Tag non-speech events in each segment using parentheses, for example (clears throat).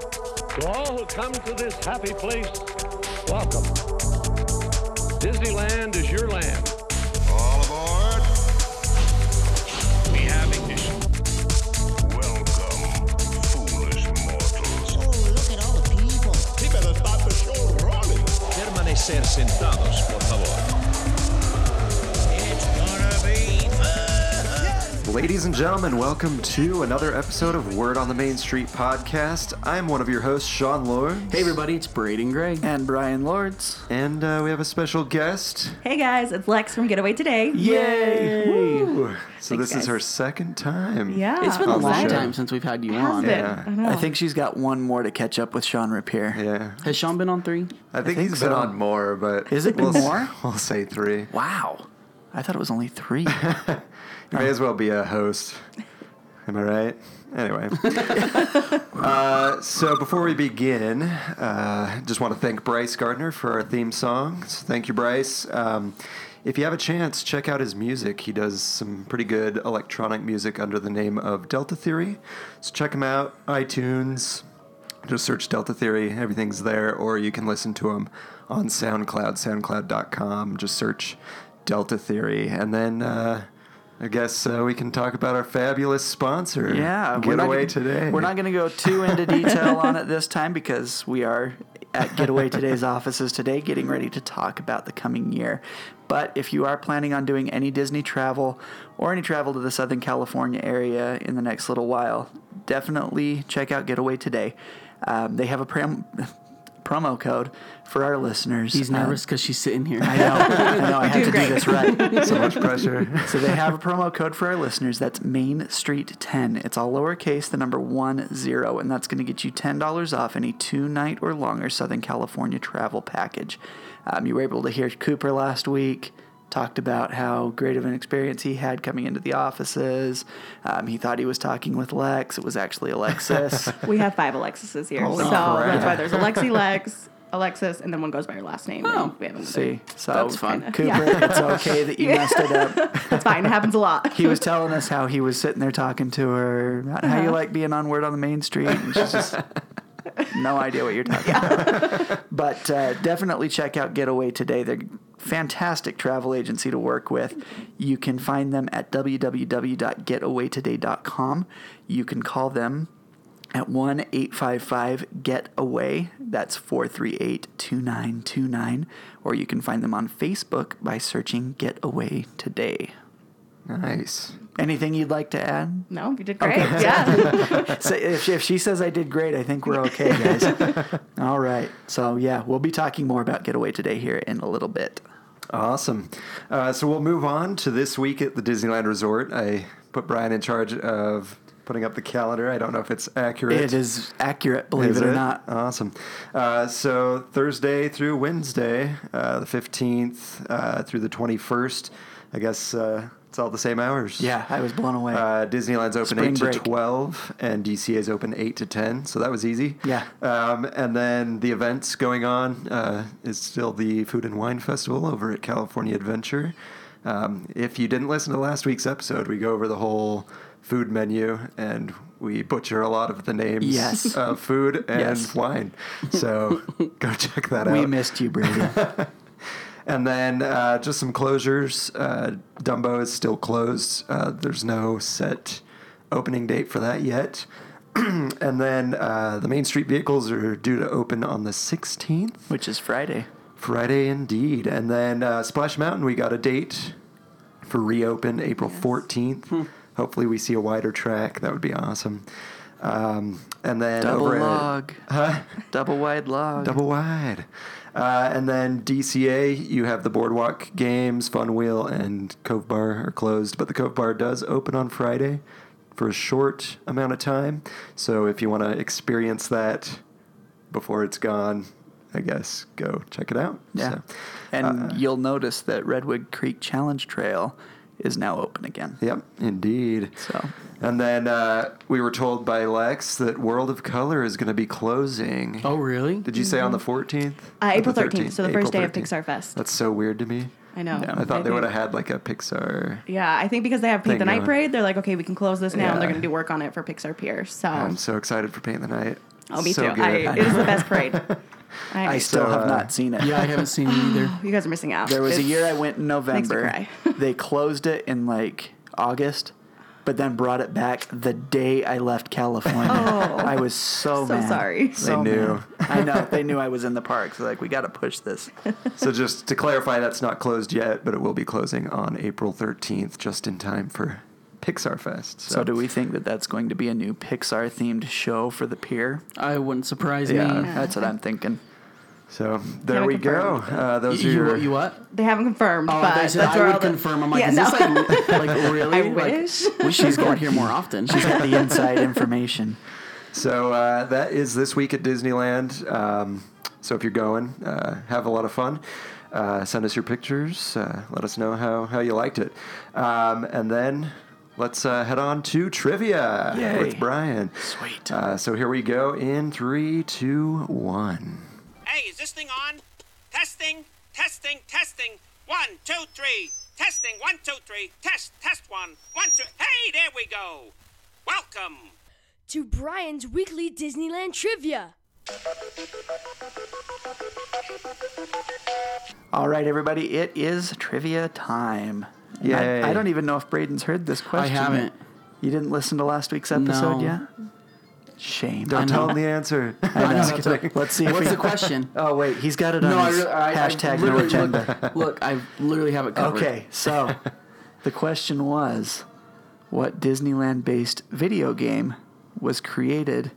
To all who come to this happy place, welcome. Disneyland is your land. All aboard. We have ignition. Welcome, foolish mortals. Oh, look at all the people. Keep it about the show rolling. Permanecer sentados, por favor. Ladies and gentlemen, welcome to another episode of Word on the Main Street podcast. I'm one of your hosts, Sean Lord, Hey everybody, it's Braden Gray and Brian Lords. and uh, we have a special guest. Hey guys, it's Lex from Getaway Today. Yay! Ooh. So this Thanks, is guys. her second time. Yeah. It's been a On the long show. time since we've had you Has on. been. Yeah. I know. I think she's got one more to catch up with Sean Rapier. Yeah. Has Sean been on three? I think, he's think been so. on more, but Is it we'll s- been more? (laughs) We'll say three. You Wow. I thought it was (laughs) only three. may as well be a host. Am I right? Anyway. uh, so before we begin, uh, just want to thank Bryce Gardner for our theme song. So thank you, Bryce. Um, if you have a chance, check out his music. He does some pretty good electronic music under the name of Delta Theory. So check him out, iTunes. Just search Delta Theory, everything's there, or you can listen to him on SoundCloud, soundcloud.com. Just search Delta Theory. And then uh, I guess uh, we can talk about our fabulous sponsor. Yeah. we're not Getaway gonna- today. We're not going to go too into detail on it this time because we are at Getaway Today's offices today getting ready to talk about the coming year. But if you are planning on doing any Disney travel or any travel to the Southern California area in the next little while, definitely check out Getaway Today. Um, they have a prom- (laughs) promo code for our listeners. He's Um, nervous because she's sitting (laughs) here. I know. I know. I have to great. do this (laughs) right. so much pressure. (laughs) So they have a promo code for our listeners. That's Main Street Ten. It's all lowercase, the number one zero, and that's going to get you ten dollars off any two night or longer Southern California travel package. Um, you were able to hear Cooper last week. Talked about how great of an experience he had coming into the offices. Um, he thought he was talking with Lex. It was actually Alexis. we have five Alexises here. so crap. that's why there's (laughs) Alexi Lex, Alexis, and then one goes by her last name. and Oh. we haven't- (laughs) See, so That's fun. Cooper, Yeah. it's okay that you messed it up. It's fine. It happens a lot. he was telling us how he was sitting there talking to her about how you like being on word on the main street and she's just no idea what you're talking about but uh, definitely check out getaway today they're a fantastic travel agency to work with you can find them at www.getawaytoday.com you can call them at 1 855 Get Away. That's 438 2929. Or you can find them on Facebook by searching Get Away Today. Nice. Anything you'd like to add? (laughs) No, you did great. (laughs) Yeah. So if, if she says I did great, I think we're okay, (laughs) guys. All right. So, yeah, we'll be talking more about Getaway today here in a little bit. Awesome. Uh, so we'll move on to this week at the Disneyland Resort. I put Brian in charge of putting up the calendar. I don't know if it's accurate. It is accurate, believe Is it or not. Awesome. Uh, so Thursday through Wednesday, uh, the 15th uh, through the 21st, I guess uh, it's all the same hours. Yeah, I was blown away. Uh, Disneyland's open Spring 8 to break. 12, and DCA's open 8 to 10, so that was easy. Yeah. Um, and then the events going on uh, is still the Food and Wine Festival over at California Adventure. Um, if you didn't listen to last week's episode, we go over the whole food menu and we butcher a lot of the names Yes. of (laughs) food and Yes. wine. So go check that out. we missed (laughs) you, Brady. And then uh, just some closures. Uh, Dumbo is still closed. Uh, there's no set opening date for that yet. (clears throat) and then uh, the Main Street vehicles are due to open on the 16th, which is Friday. Friday indeed. And then uh, Splash Mountain, we got a date for reopen April 14th. Hopefully, we see a wider track. That would be awesome. Um, and then Double over at- log. Double wide log. Double wide. Uh, and then DCA, you have the Boardwalk Games, Fun Wheel, and Cove Bar are closed, but the Cove Bar does open on Friday for a short amount of time. So if you want to experience that before it's gone, I guess go check it out. Yeah. So, uh, and you'll notice that Redwood Creek Challenge Trail is now open again. yep, indeed. So. And then uh, we were told by Lex that World of Color is going to be closing. Oh, really? Did you say on the 14th? Uh, Or April 13th, so the first day of 13th. Pixar Fest. That's so weird to me. I know. I thought they would have had like a Pixar. Yeah, I think because they have Paint the Thing Night going. Parade, they're like, okay, we can close this now, and Yeah. they're going to do work on it for Pixar Pier. So, I'm so excited for Paint the Night. Oh, me So too. good. I, (laughs) it is the best (laughs) parade. I, I still So, have uh, not seen it. Yeah, I haven't seen it either. you guys are missing out. There was a It's- year I went in November. cry. (laughs) they closed it in like August, but then brought it back the day I left California. Oh. I was so, So mad. sorry. They So knew. mad. I (laughs) know. They knew I was in the park. So like, we got to push this. So just to clarify, that's not closed yet, but it will be closing on April 13th, just in time for Pixar Fest. So do we think that that's going to be a new Pixar themed show for the pier? (sighs) I wouldn't surprise Yeah, me. that's what I'm (laughs) thinking. So there we go. confirmed. Uh, those You, are you, your, you what? They haven't confirmed, Oh, I but thought you that's said where I all would the- confirm. I'm like, yeah, is no. this (laughs) like, like really? I Like, wish. we should just go out here more often. She's got the inside information. So uh, that is this week at Disneyland. Um, so if you're going, uh, have a lot of fun. Uh, send us your pictures. Uh, let us know how, how you liked it. Um, and then let's uh, head on to trivia Yay. with Brian. Sweet. Uh, so here we go in three, two, one. Hey, is this thing on? Testing, testing, testing. One, two, three. Testing, one, two, three. Test, test one. One, two. Hey, there we go. Welcome. to Brian's weekly Disneyland trivia. All right, everybody, it is trivia time. And I- Yay. I, don't even know if Braden's heard this I question. haven't. You didn't listen to last week's episode No. yet? Shame. Don't know. tell him the answer. I know. I know, that's Let's see if What's we- the question? (laughs) (laughs) Oh, wait, he's got it on his really- hashtag no literally- agenda. Look, look, I literally have it covered. Okay, so the question was what Disneyland based video game was created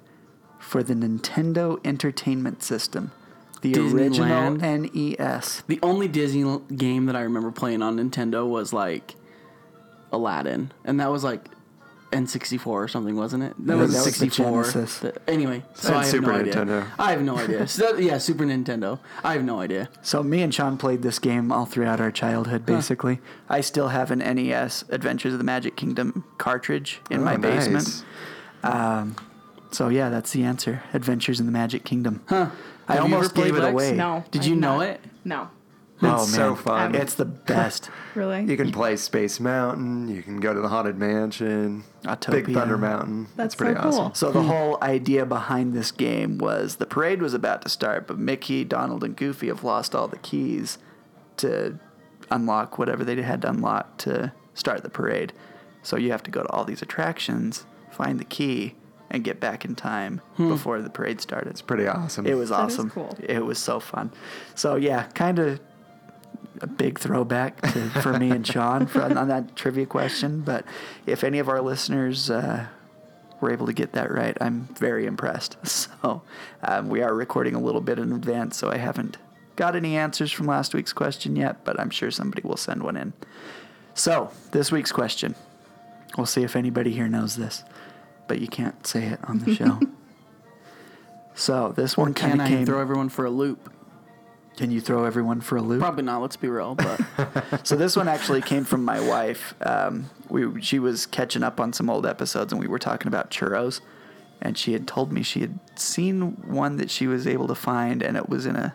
for the Nintendo Entertainment System? The Disneyland? original E NES. The only Disney game that I remember playing on Nintendo was like Aladdin, and that was like N64 or something, wasn't it? That Yeah, was that was the 64. Genesis. The- anyway, so I have Super no idea. Nintendo. I have (laughs) no idea. So that- yeah, Super Nintendo. I have no idea. So me and Sean played this game all throughout our childhood, basically. I still have an NES Adventures of the Magic Kingdom cartridge in my Oh, nice. basement. So yeah, that's the answer. Adventures in the Magic Kingdom. Huh. I Have you almost ever played gave it (laughs) Lex? away. No. Did I you have know not. it? No. Oh, It's so man. fun. It's (laughs) the best. Really? You can play Space Mountain. You can go to the Haunted Mansion. Big Autopia. Thunder Mountain. That's That's pretty so awesome. cool. So the whole idea behind this game was the parade was about to start, but Mickey, Donald, and Goofy have lost all the keys to unlock whatever they had to unlock to start the parade. So you have to go to all these attractions, find the key, and get back in time Hmm. before the parade started. Pretty awesome. It was is awesome. cool. It was so fun. So yeah, kind of a big throwback to, for me and Sean for, on that trivia question. But if any of our listeners uh, were able to get that right, I'm very impressed. (laughs) So um, we are recording a little bit in advance, so I haven't got any answers from last week's question yet, but I'm sure somebody will send one in. So this week's question. We'll see if anybody here knows this, but you can't say it on the (laughs) show. so this one kind Can of I came. throw everyone for a loop? Can you throw everyone for a loop? Probably not. Let's be real, (laughs) but So this one actually came from my wife. Um, we she was catching up on some old episodes, and we were talking about churros, and she had told me she had seen one that she was able to find, and it was in a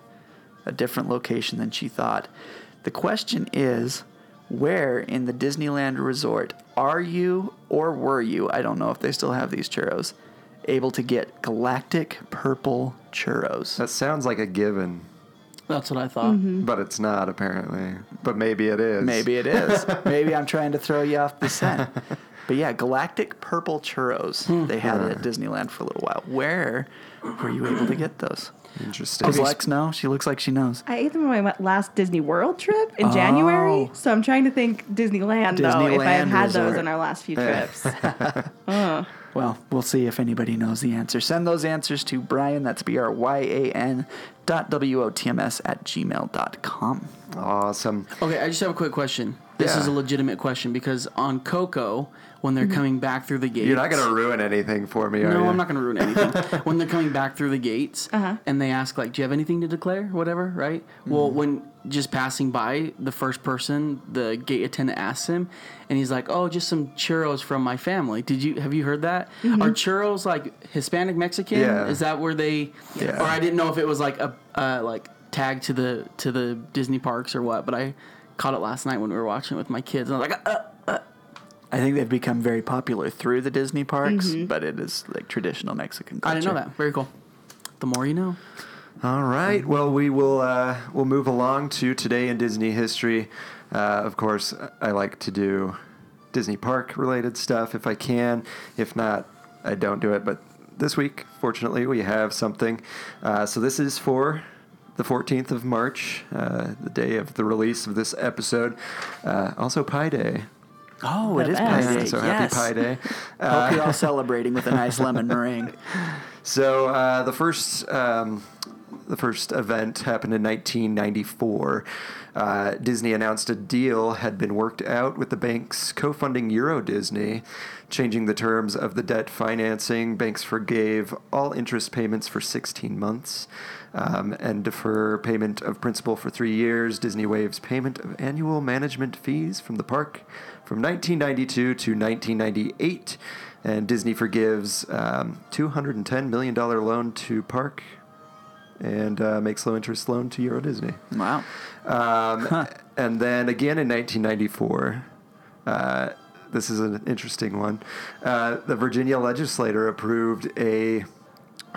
a different location than she thought. The question is, where in the Disneyland Resort are you or were you? I don't know if they still have these churros. Able to get galactic purple churros. that sounds like a given, that's what I thought. Mm-hmm. but it's not apparently. But maybe it is. Maybe it is. Maybe I'm trying to throw you off the scent. But yeah, Galactic Purple Churros. They had it at Disneyland for a little while. Where were you able to get those? Interesting. Does Lex know? She looks like she knows. I ate them on my last Disney World trip in January. So I'm trying to think Disneyland, though, if I have Disneyland had Resort. those in our last few trips. Well, we'll see if anybody knows the answer. Send those answers to Brian, that's B R Y A N, dot W O T M S at gmail.com. Awesome. Okay, I just have a quick question. This Yeah. is a legitimate question because on Coco, when Mm-hmm. they're coming back through the gates, You're not going to ruin anything for me, are No, you? I'm not going to (laughs) ruin anything. when they're coming back through the gates and they ask, like, do you have anything to declare? Whatever, right? Mm-hmm. Well, when just passing by, the first person, the gate attendant asks him, and he's like, oh, just some churros from my family. Did you have you heard that? Are churros like Hispanic Mexican? Yeah. Is that where they? Yeah. Or I didn't know if it was like a uh, like tag to the to the Disney parks or what, but I caught it last night when we were watching it with my kids. And I was like, uh, I think they've become very popular through the Disney parks, but it is like traditional Mexican I culture. didn't know that. Very cool. The more you know. All right. Well, we will uh, we'll move along to today in Disney history. Uh, of course, I like to do Disney park related stuff if I can. If not, I don't do it. But this week, fortunately, we have something. Uh, so this is for the 14th of March, uh, the day of the release of this episode. Uh, also, Pi Day. Oh, it The is best. Pi Day. so happy yes. Pi (laughs) Day. Uh, Hope you're all celebrating with a nice lemon meringue. So uh, the first um, the first event happened in 1994. Uh, Disney announced a deal had been worked out with the banks co-funding Euro Disney, changing the terms of the debt financing. Banks forgave all interest payments for 16 months um, and defer payment of principal for three years. Disney waives payment of annual management fees from the park from 1992 to 1998. And Disney forgives um, $210 million loan to Park and uh, makes low interest loan to Euro Disney. Wow. Um, And then again in 1994, uh, this is an interesting one. Uh, the Virginia legislator approved a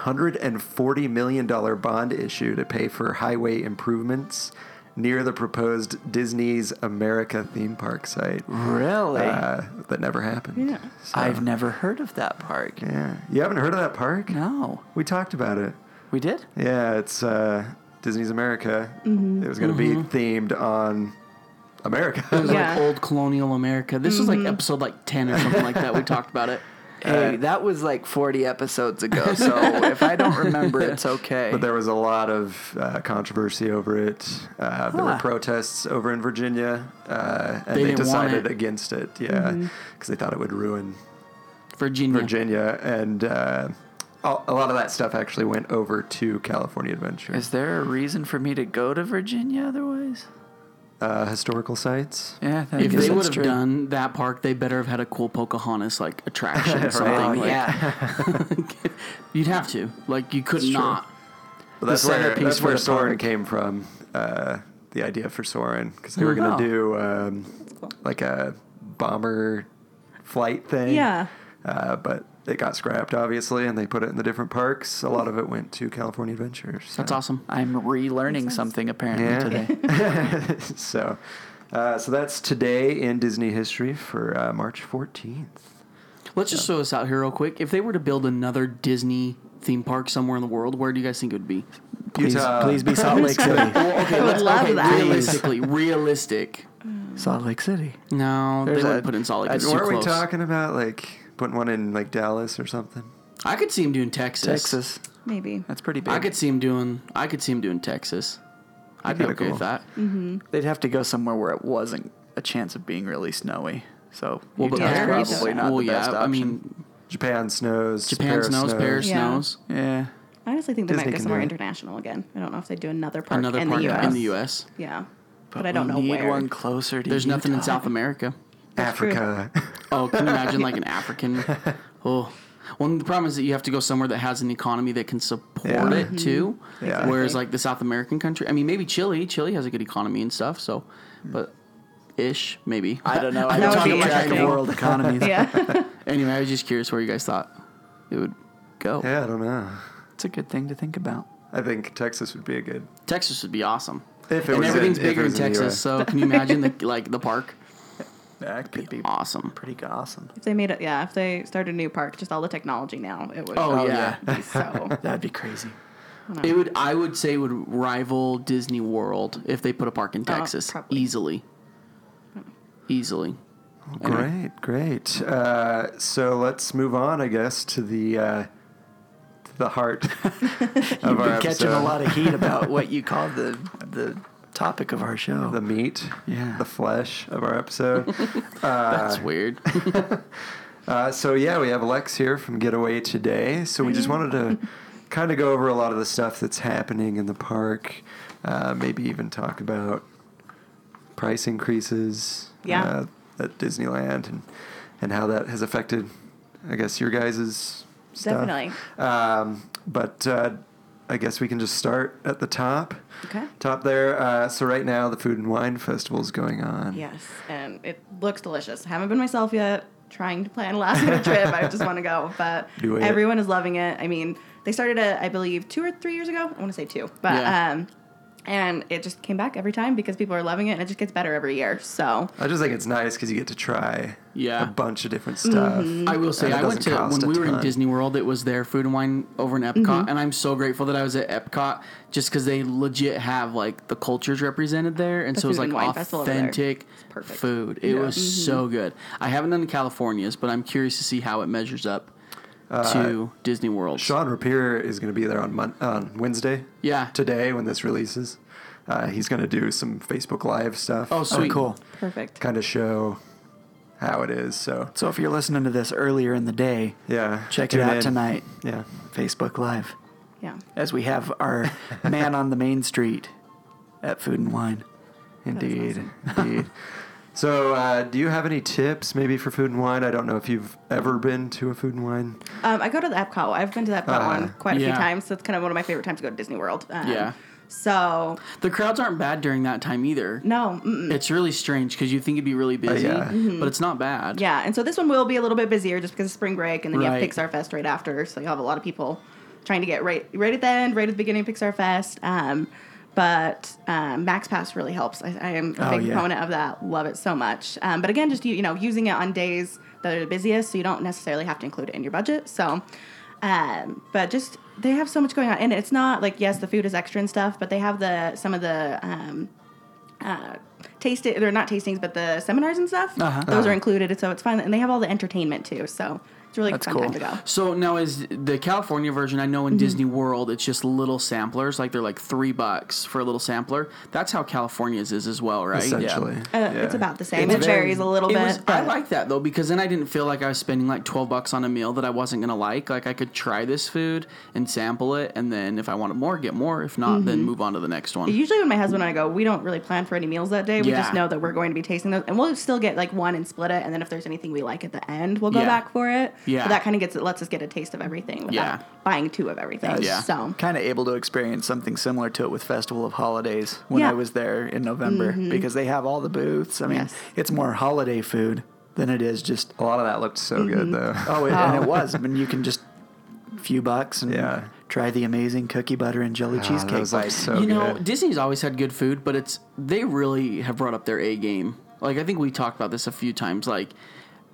$140 million bond issue to pay for highway improvements near the proposed Disney's America theme park site. Really? Uh, that never happened. Yeah. So- I've never heard of that park. yeah. You haven't heard of that park? No. We talked about it. We did? Yeah, it's uh, Disney's America. It was going to be themed on (laughs) America. Yeah. Mm-hmm. Mm-hmm. Like old colonial America. This was like episode like 10 or something like (laughs) that. We talked about it. Hey, that was like 40 episodes ago, so if I don't remember, (laughs) it's okay. but there was a lot of uh, controversy over it. Uh, There were Huh. protests over in Virginia, uh, and They they, didn't want decided it. against it. Yeah, because they thought it would ruin Virginia. Virginia, and uh, a a lot of that stuff actually went over to California Adventure. Is there a reason for me to go to Virginia otherwise? Uh, historical sites. Yeah, that If guess they would that's have true. done that park, they better have had a cool Pocahontas like (laughs) attraction or something. Oh, like, yeah. (laughs) You'd have to. Like you could not. But that's where centerpiece that's for where the Soren park. came from. Uh, the idea for Soren because they were going Oh. to do um, like a bomber flight thing. Yeah. Uh, but it got scrapped, obviously, and they put it in the different parks. A lot of it went to California Adventure. So, That's awesome. I'm relearning something apparently Yeah. (laughs) today. (laughs) so, uh, so that's today in Disney history for uh, March 14th. Let's just throw this out here real quick. If they were to build another Disney theme park somewhere in the world, where do you guys think it would be? Please, Utah. (laughs) please be Salt (laughs) Lake City. (laughs) I would love that. Realistically, realistic. Salt Lake City. No, There's they a- wouldn't put it in Salt Lake. a- It's too Weren't we close. talking about like putting one in like Dallas or something? I could see him doing Texas. Texas. Maybe. That's pretty big. I could see him doing. I could see him doing Texas. I'd be Kinda okay with cool. that. They'd have to go somewhere where it wasn't a chance of being really snowy. So Well, but Utah's there is- probably not well, the best yeah, option. I mean, Japan snows. Japan Paris snows, Paris Yeah. snows. yeah. I honestly think they Disney might go can somewhere do it. international again. I don't know if they do another park Another in park the U.S. in the U.S. Yeah. But, I don't we know need where. one closer to There's nothing in Utah. South America. Africa. (laughs) Oh, can you imagine like (laughs) an African? Oh, well, the problem is that you have to go somewhere that has an economy that can support Yeah. it too. Yeah. Whereas like the South American country, I mean, maybe Chile. Chile has a good economy and stuff. So, but ish, maybe. I don't know. I That don't would talk be about track of interesting. world economies. (laughs) (laughs) Yeah. Anyway, I was just curious where you guys thought it would go. yeah, I don't know. It's a good thing to think about. I think Texas would be a good. Texas would be awesome. If it and was everything's in- if it bigger in was in the Texas, US. so can you imagine the, like (laughs) the park? That could be Awesome. pretty awesome. if they made it, yeah. If they started a new park, just all the technology now, it would. Oh, yeah. be so. (laughs) That'd be crazy. It would. I would say it would rival Disney World if they put a park in Texas probably. easily. Easily. Great, great. Uh, so let's move on, I guess, to the uh, to the (laughs) heart of our Been catching episode. a lot of heat about what (laughs) you call the the topic of our show. the meat, Yeah. the flesh of our episode. That's weird. Uh, so yeah, we have Lex here from Getaway today. So we just wanted (laughs) to kind of go over a lot of the stuff that's happening in the park. Uh, maybe even talk about price increases Yeah. uh, at Disneyland and and how that has affected, I guess, your guys's stuff. Definitely. Um, but uh, I guess we can just start at the top. Okay. Top there. Uh, so right now, the Food and Wine Festival is going on. Yes, and it looks delicious. Haven't been myself yet. trying to plan a last minute trip. I just want to go, but (laughs) Do it. everyone is loving it. I mean, they started it, I believe, two or three years ago. I want to say two, but Yeah. um, and it just came back every time because people are loving it, and it just gets better every year. So I just think it's nice because you get to try Yeah. a bunch of different stuff. Mm-hmm. I will say And it I went doesn't to cost when a we were in ton. Disney World. It was their food and wine over in Epcot, Mm-hmm. and I'm so grateful that I was at Epcot just because they legit have like the cultures represented there, and The so it's food like and wine festival over there. authentic It's perfect. Mm-hmm. food. It was so good. I haven't done the Californias, but I'm curious to see how it measures up Uh, to Disney World. Sean Rapier is going to be there on Mon- on Wednesday. Yeah. Today, when this releases, uh, he's going to do some Facebook Live stuff. oh, sweet, cool. perfect. Kind of show how it is. So So if you're listening to this earlier in the day, yeah, check tune it out in. tonight, Yeah, Facebook Live, Yeah. as we have (laughs) our man on the main street at Food and Wine. indeed, (laughs) indeed. So, uh, do you have any tips maybe for food and wine? I don't know if you've ever been to a food and wine. Um, I go to the Epcot. I've been to the Epcot Uh, one quite a few yeah. times, so it's kind of one of my favorite times to go to Disney World. Um, Yeah. So The crowds aren't bad during that time either. no, Uh, mm-mm. It's really strange because you think it'd be really busy, yeah. but it's not bad. yeah, and so this one will be a little bit busier just because it's spring break, and then you Right. have Pixar Fest right after, so you will have a lot of people trying to get right right at the end, right at the beginning of Pixar Fest. Um, but um, Max Pass really helps. I, I am a Oh, big yeah. proponent of that. Love it so much. Um, but again, just you, you know, using it on days that are the busiest, so you don't necessarily have to include it in your budget. So, um, but just they have so much going on, and it's not like yes, the food is extra and stuff, but they have the some of the um, uh, taste it or not tastings, but the seminars and stuff. Uh-huh. Those are included, so it's fun, and they have all the entertainment too. So it's a really That's fun time cool. to go. So now is the California version? I know in Disney World, it's just little samplers. Like they're like three bucks for a little sampler. That's how California's is as well, right? Essentially, Uh, yeah. It's about the same. It's it very- varies a little it bit. was- I but- like that though because then I didn't feel like I was spending like twelve bucks on a meal that I wasn't gonna like. Like I could try this food and sample it, and then if I wanted more, get more. If not, then move on to the next one. Usually, when my husband and I go, we don't really plan for any meals that day. We Yeah. just know that we're going to be tasting those, and we'll still get like one and split it. And then if there's anything we like at the end, we'll go Yeah. back for it. Yeah. So that kind of gets it lets us get a taste of everything without Yeah. buying two of everything. Yeah. So Kind of able to experience something similar to it with Festival of Holidays when Yeah. Mm-hmm. I was there in November because they have all the booths. I mean, Yes. it's more holiday food than it is just a lot of that looked so good though. (laughs) Oh, it, and it was. I mean, you can just few bucks and Yeah. try the amazing cookie butter and jelly Ah, that cheesecake was, like, bites. so you know, good. Disney's always had good food, but it's they really have brought up their A game. Like I think we talked about this a few times. Like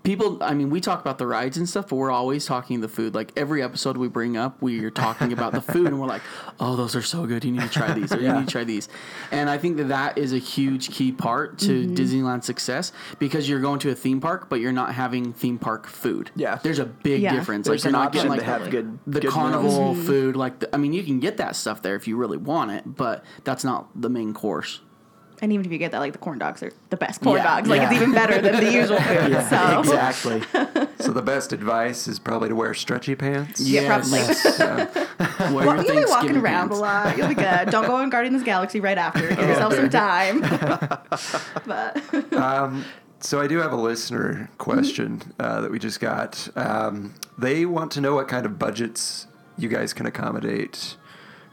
people, I mean, we talk about the rides and stuff, but we're always talking the food. Like every episode we bring up, we are talking about the food, and we're like, (laughs) "Oh, those are so good! You need to try these, or you need to try these." And I think that that is a huge key part to Disneyland's success because you're going to a theme park, but you're not having theme park food. Yeah. Mm-hmm. there's a big Yeah. difference. There's like you're an not option getting like to have good the good meals. carnival food like the, i mean you can get that stuff there if you really want it but that's not the main course and even if you get that, like the corn dogs are the best corn Yeah. dogs. Like it's Yeah. even better than the (laughs) usual food. so Exactly. so the best advice is probably to wear stretchy pants. (laughs) Yeah, probably. (laughs) probably. Wear Well, your you'll be walking Thanksgiving around pants. a lot. You'll be good. Don't go on Guardians of the Galaxy right after. Oh, Give yourself some time. but So I do have a listener Mm-hmm. question uh, that we just got. Um, they want to know what kind of budgets you guys can accommodate.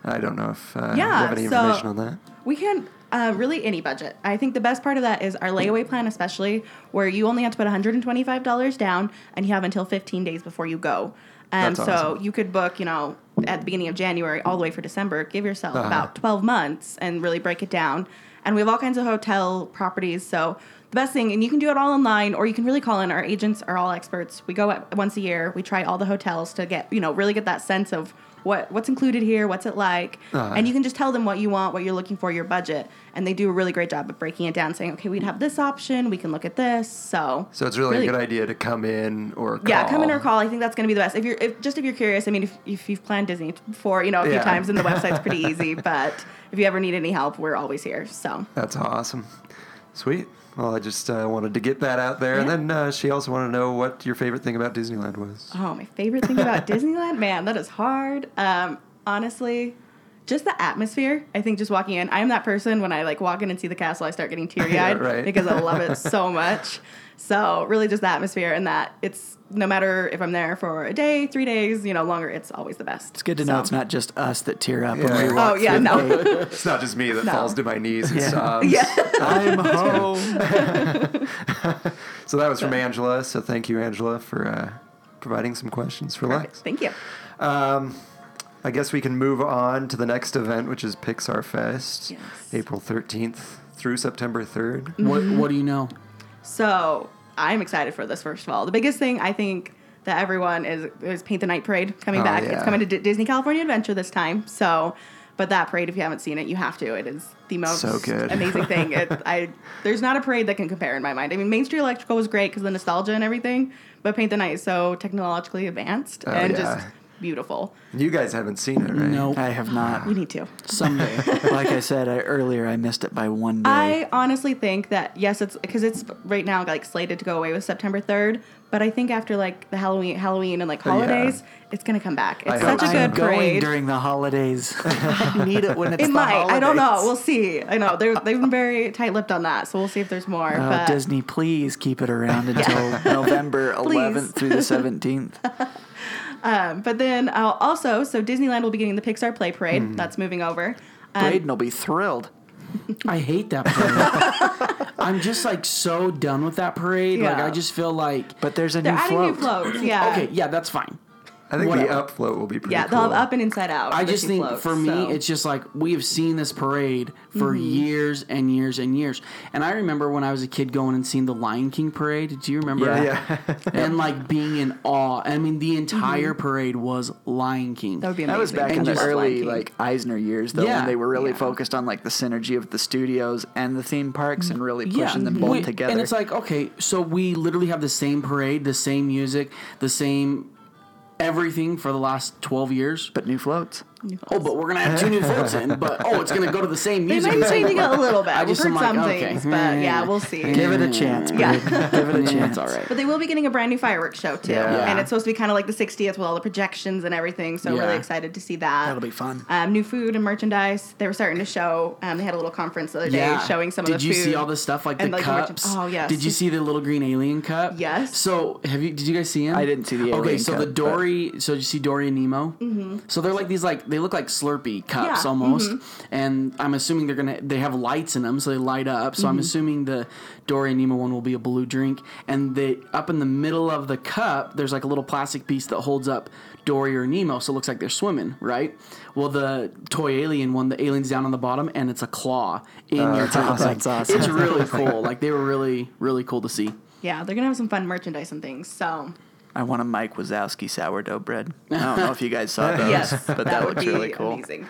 I don't know if uh, you Yeah, have any so- information on that. We can uh, really any budget. I think the best part of that is our layaway plan, especially where you only have to put $125 down and you have until 15 days before you go. Um, That's so awesome. you could book, you know, at the beginning of January all the way for December. Give yourself Uh-huh. about 12 months and really break it down. And we have all kinds of hotel properties. So the best thing, and you can do it all online or you can really call in. Our agents are all experts. We go at, once a year. We try all the hotels to get, you know, really get that sense of what what's included here, what's it like, Uh-huh. and you can just tell them what you want, what you're looking for, your budget, and they do a really great job of breaking it down, saying, okay, we'd have this option, we can look at this. So, So it's really, a good idea to come in or call. Yeah, come in or call. I think that's going to be the best. If you're if just if you're curious, I mean, if, if you've planned Disney before, you know, a few Yeah. times, then the website's pretty easy. But if you ever need any help, we're always here. So That's awesome. Sweet. Well, I just uh, wanted to get that out there. And Yeah. then uh, she also wanted to know what your favorite thing about Disneyland was. Oh, my favorite thing about Disneyland, man, that is hard. Um, honestly, just the atmosphere. I think just walking in, I am that person when I like walk in and see the castle, I start getting teary eyed right. because I love it so much. So really, just the atmosphere and that it's no matter if I'm there for a day, three days, you know, longer, it's always the best. It's good to know So- it's not just us that tear up Yeah. when we Oh walk yeah, through the no, (laughs) gate. It's not just me that No. falls to my knees and Yeah. sobs. yeah, I'm home. (laughs) so that was from Angela. So thank you, Angela, for uh, providing some questions for Lex. thank you. I guess we can move on to the next event, which is Pixar Fest, Yes. April 13th through September 3rd. What Mm-hmm. What do you know? So I'm excited for this. First of all, the biggest thing I think that everyone is is Paint the Night Parade coming Oh, back. yeah. It's coming to D- Disney California Adventure this time. So, but that parade, if you haven't seen it, you have to. It is the most So good. amazing (laughs) thing. It, I there's not a parade that can compare in my mind. I mean, Main Street Electrical was great because the nostalgia and everything, but Paint the Night is so technologically advanced Oh, and yeah. just beautiful. You guys haven't seen it, right? No, I have not. You need to. (laughs) someday. Like I said I, earlier, I missed it by one day. I honestly think that yes, it's because it's right now like slated to go away with September third, but I think after like the Halloween, Halloween and like holidays, it's gonna come back. It's I hope such so. a good I'm going parade. during the holidays. (laughs) (laughs) I need it when it's it the might. I don't know. holidays. We'll see. I know they're, they've been very tight-lipped on that, so we'll see if there's more. Oh, but Disney, please keep it around until (laughs) November 11th through the Uh, 17th. but then I'll also so Disneyland will be getting the Pixar Play Parade. That's moving over. Um, Braden will be thrilled. I hate that parade. (laughs) I'm just like so done with that parade. Like Yeah. I just feel like. But there's a they're new adding float. new floats. Yeah. Okay, yeah, that's fine. I think the Whatever. up float will be pretty Yeah, cool. they'll have up and inside out. I the just two think floats, for me, so. Mm-hmm. it's just like we have seen this parade for years and years and years. And I remember when I was a kid going and seeing the Lion King parade. Do you remember? Yeah. Yeah. that? and like being in awe. I mean, the entire parade was Lion King. Mm-hmm. that would be amazing. That was back I in the love Lion early King. like Eisner years, though, Yeah. when they were really Yeah. focused on like the synergy of the studios and the theme parks and really pushing them both we- together. And it's like, okay, so we literally have the same parade, the same music, the same everything for the last 12 years. but new floats. Oh, but we're gonna have two new floats in. But oh, it's gonna go to the same they music. might be changing (laughs) it a little bit. I We've just heard am like, some okay. things, but yeah, we'll see. Give it a chance. Yeah. (laughs) Braden. Give it a chance. That's all right. But they will be getting a brand new fireworks show too, Yeah. and it's supposed to be kind of like the 60th with all the projections and everything. So Yeah. really excited to see that. That'll be fun. Um, new food and merchandise. They were starting to show. Um, they had a little conference the other day Yeah. showing some Did of the you food. see all the stuff like and, the like, merchan- cups? Oh yes. Did you see the little green alien cup? Yes. So have you? Did you guys see him? I didn't see the Okay, alien so cup, the but- Dory. So did you see Dory and Nemo? Mm-hmm. So they're like these like they look like Slurpee cups Yeah, almost, and I'm assuming they're gonna they have lights in them, so they light up. So I'm assuming the Dory and Nemo one will be a blue drink, and the up in the middle of the cup there's like a little plastic piece that holds up Dory or Nemo, so it looks like they're swimming, right? Well, the toy alien one, the alien's down on the bottom, and it's a claw in your top. awesome. Like, Uh, (laughs) That's awesome. It's really cool. Like they were really really cool to see. Yeah, they're gonna have some fun merchandise and things. So I want a Mike Wazowski sourdough bread. I don't know if you guys (laughs) saw those, yes, but Oh. that, would looks be really cool. amazing.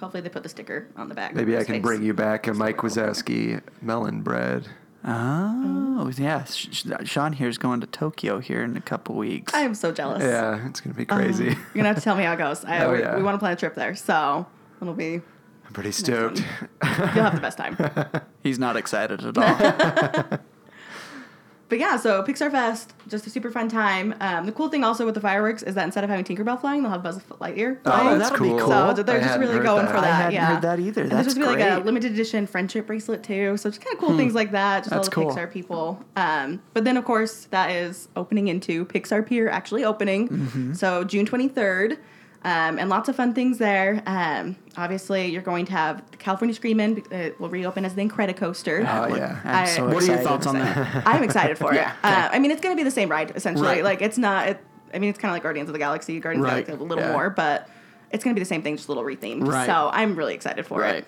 Hopefully they put the sticker on the back. Maybe I can bring you back a Mike Wazowski melon bread. Oh Mm. yeah, Sh- Sh- Sean here's going to Tokyo here in a couple weeks. I am so jealous. Yeah, it's gonna be Uh-huh. crazy. (laughs) You're gonna have to tell me how it goes. I, Oh, we, yeah. we want to plan a trip there, so it'll be I'm pretty stoked. you'll have the best time. He's not excited at (laughs) all. But yeah, so Pixar Fest, just a super fun time. Um, the cool thing also with the fireworks is that instead of having Tinkerbell flying, they'll have Buzz Lightyear. flying. Oh, that's that'll be cool. cool. So they're I just hadn't really heard going for that. I hadn't yeah. heard that either. And That's there's supposed to be like a great. Hmm. limited edition friendship bracelet too. So just kind of cool things like that. Just all That's the cool. Pixar people. Um, but then of course that is opening into Pixar Pier actually opening. Mm-hmm. So June 23rd. Um, and lots of fun things there. Um, obviously, you're going to have the California Screamin' uh, will reopen as the Incredicoaster. Oh yeah. I'm I- so What What are your excited. thoughts on (laughs) that? (laughs) I'm excited for it. Yeah. Uh, I mean, it's going to be the same ride essentially. Right. Like it's not. It, I mean, it's kind of like Guardians of the Galaxy, Guardians Right. of the Galaxy a little Yeah. more, but it's going to be the same thing, just a little rethemed. Right. So I'm really excited for Right. it.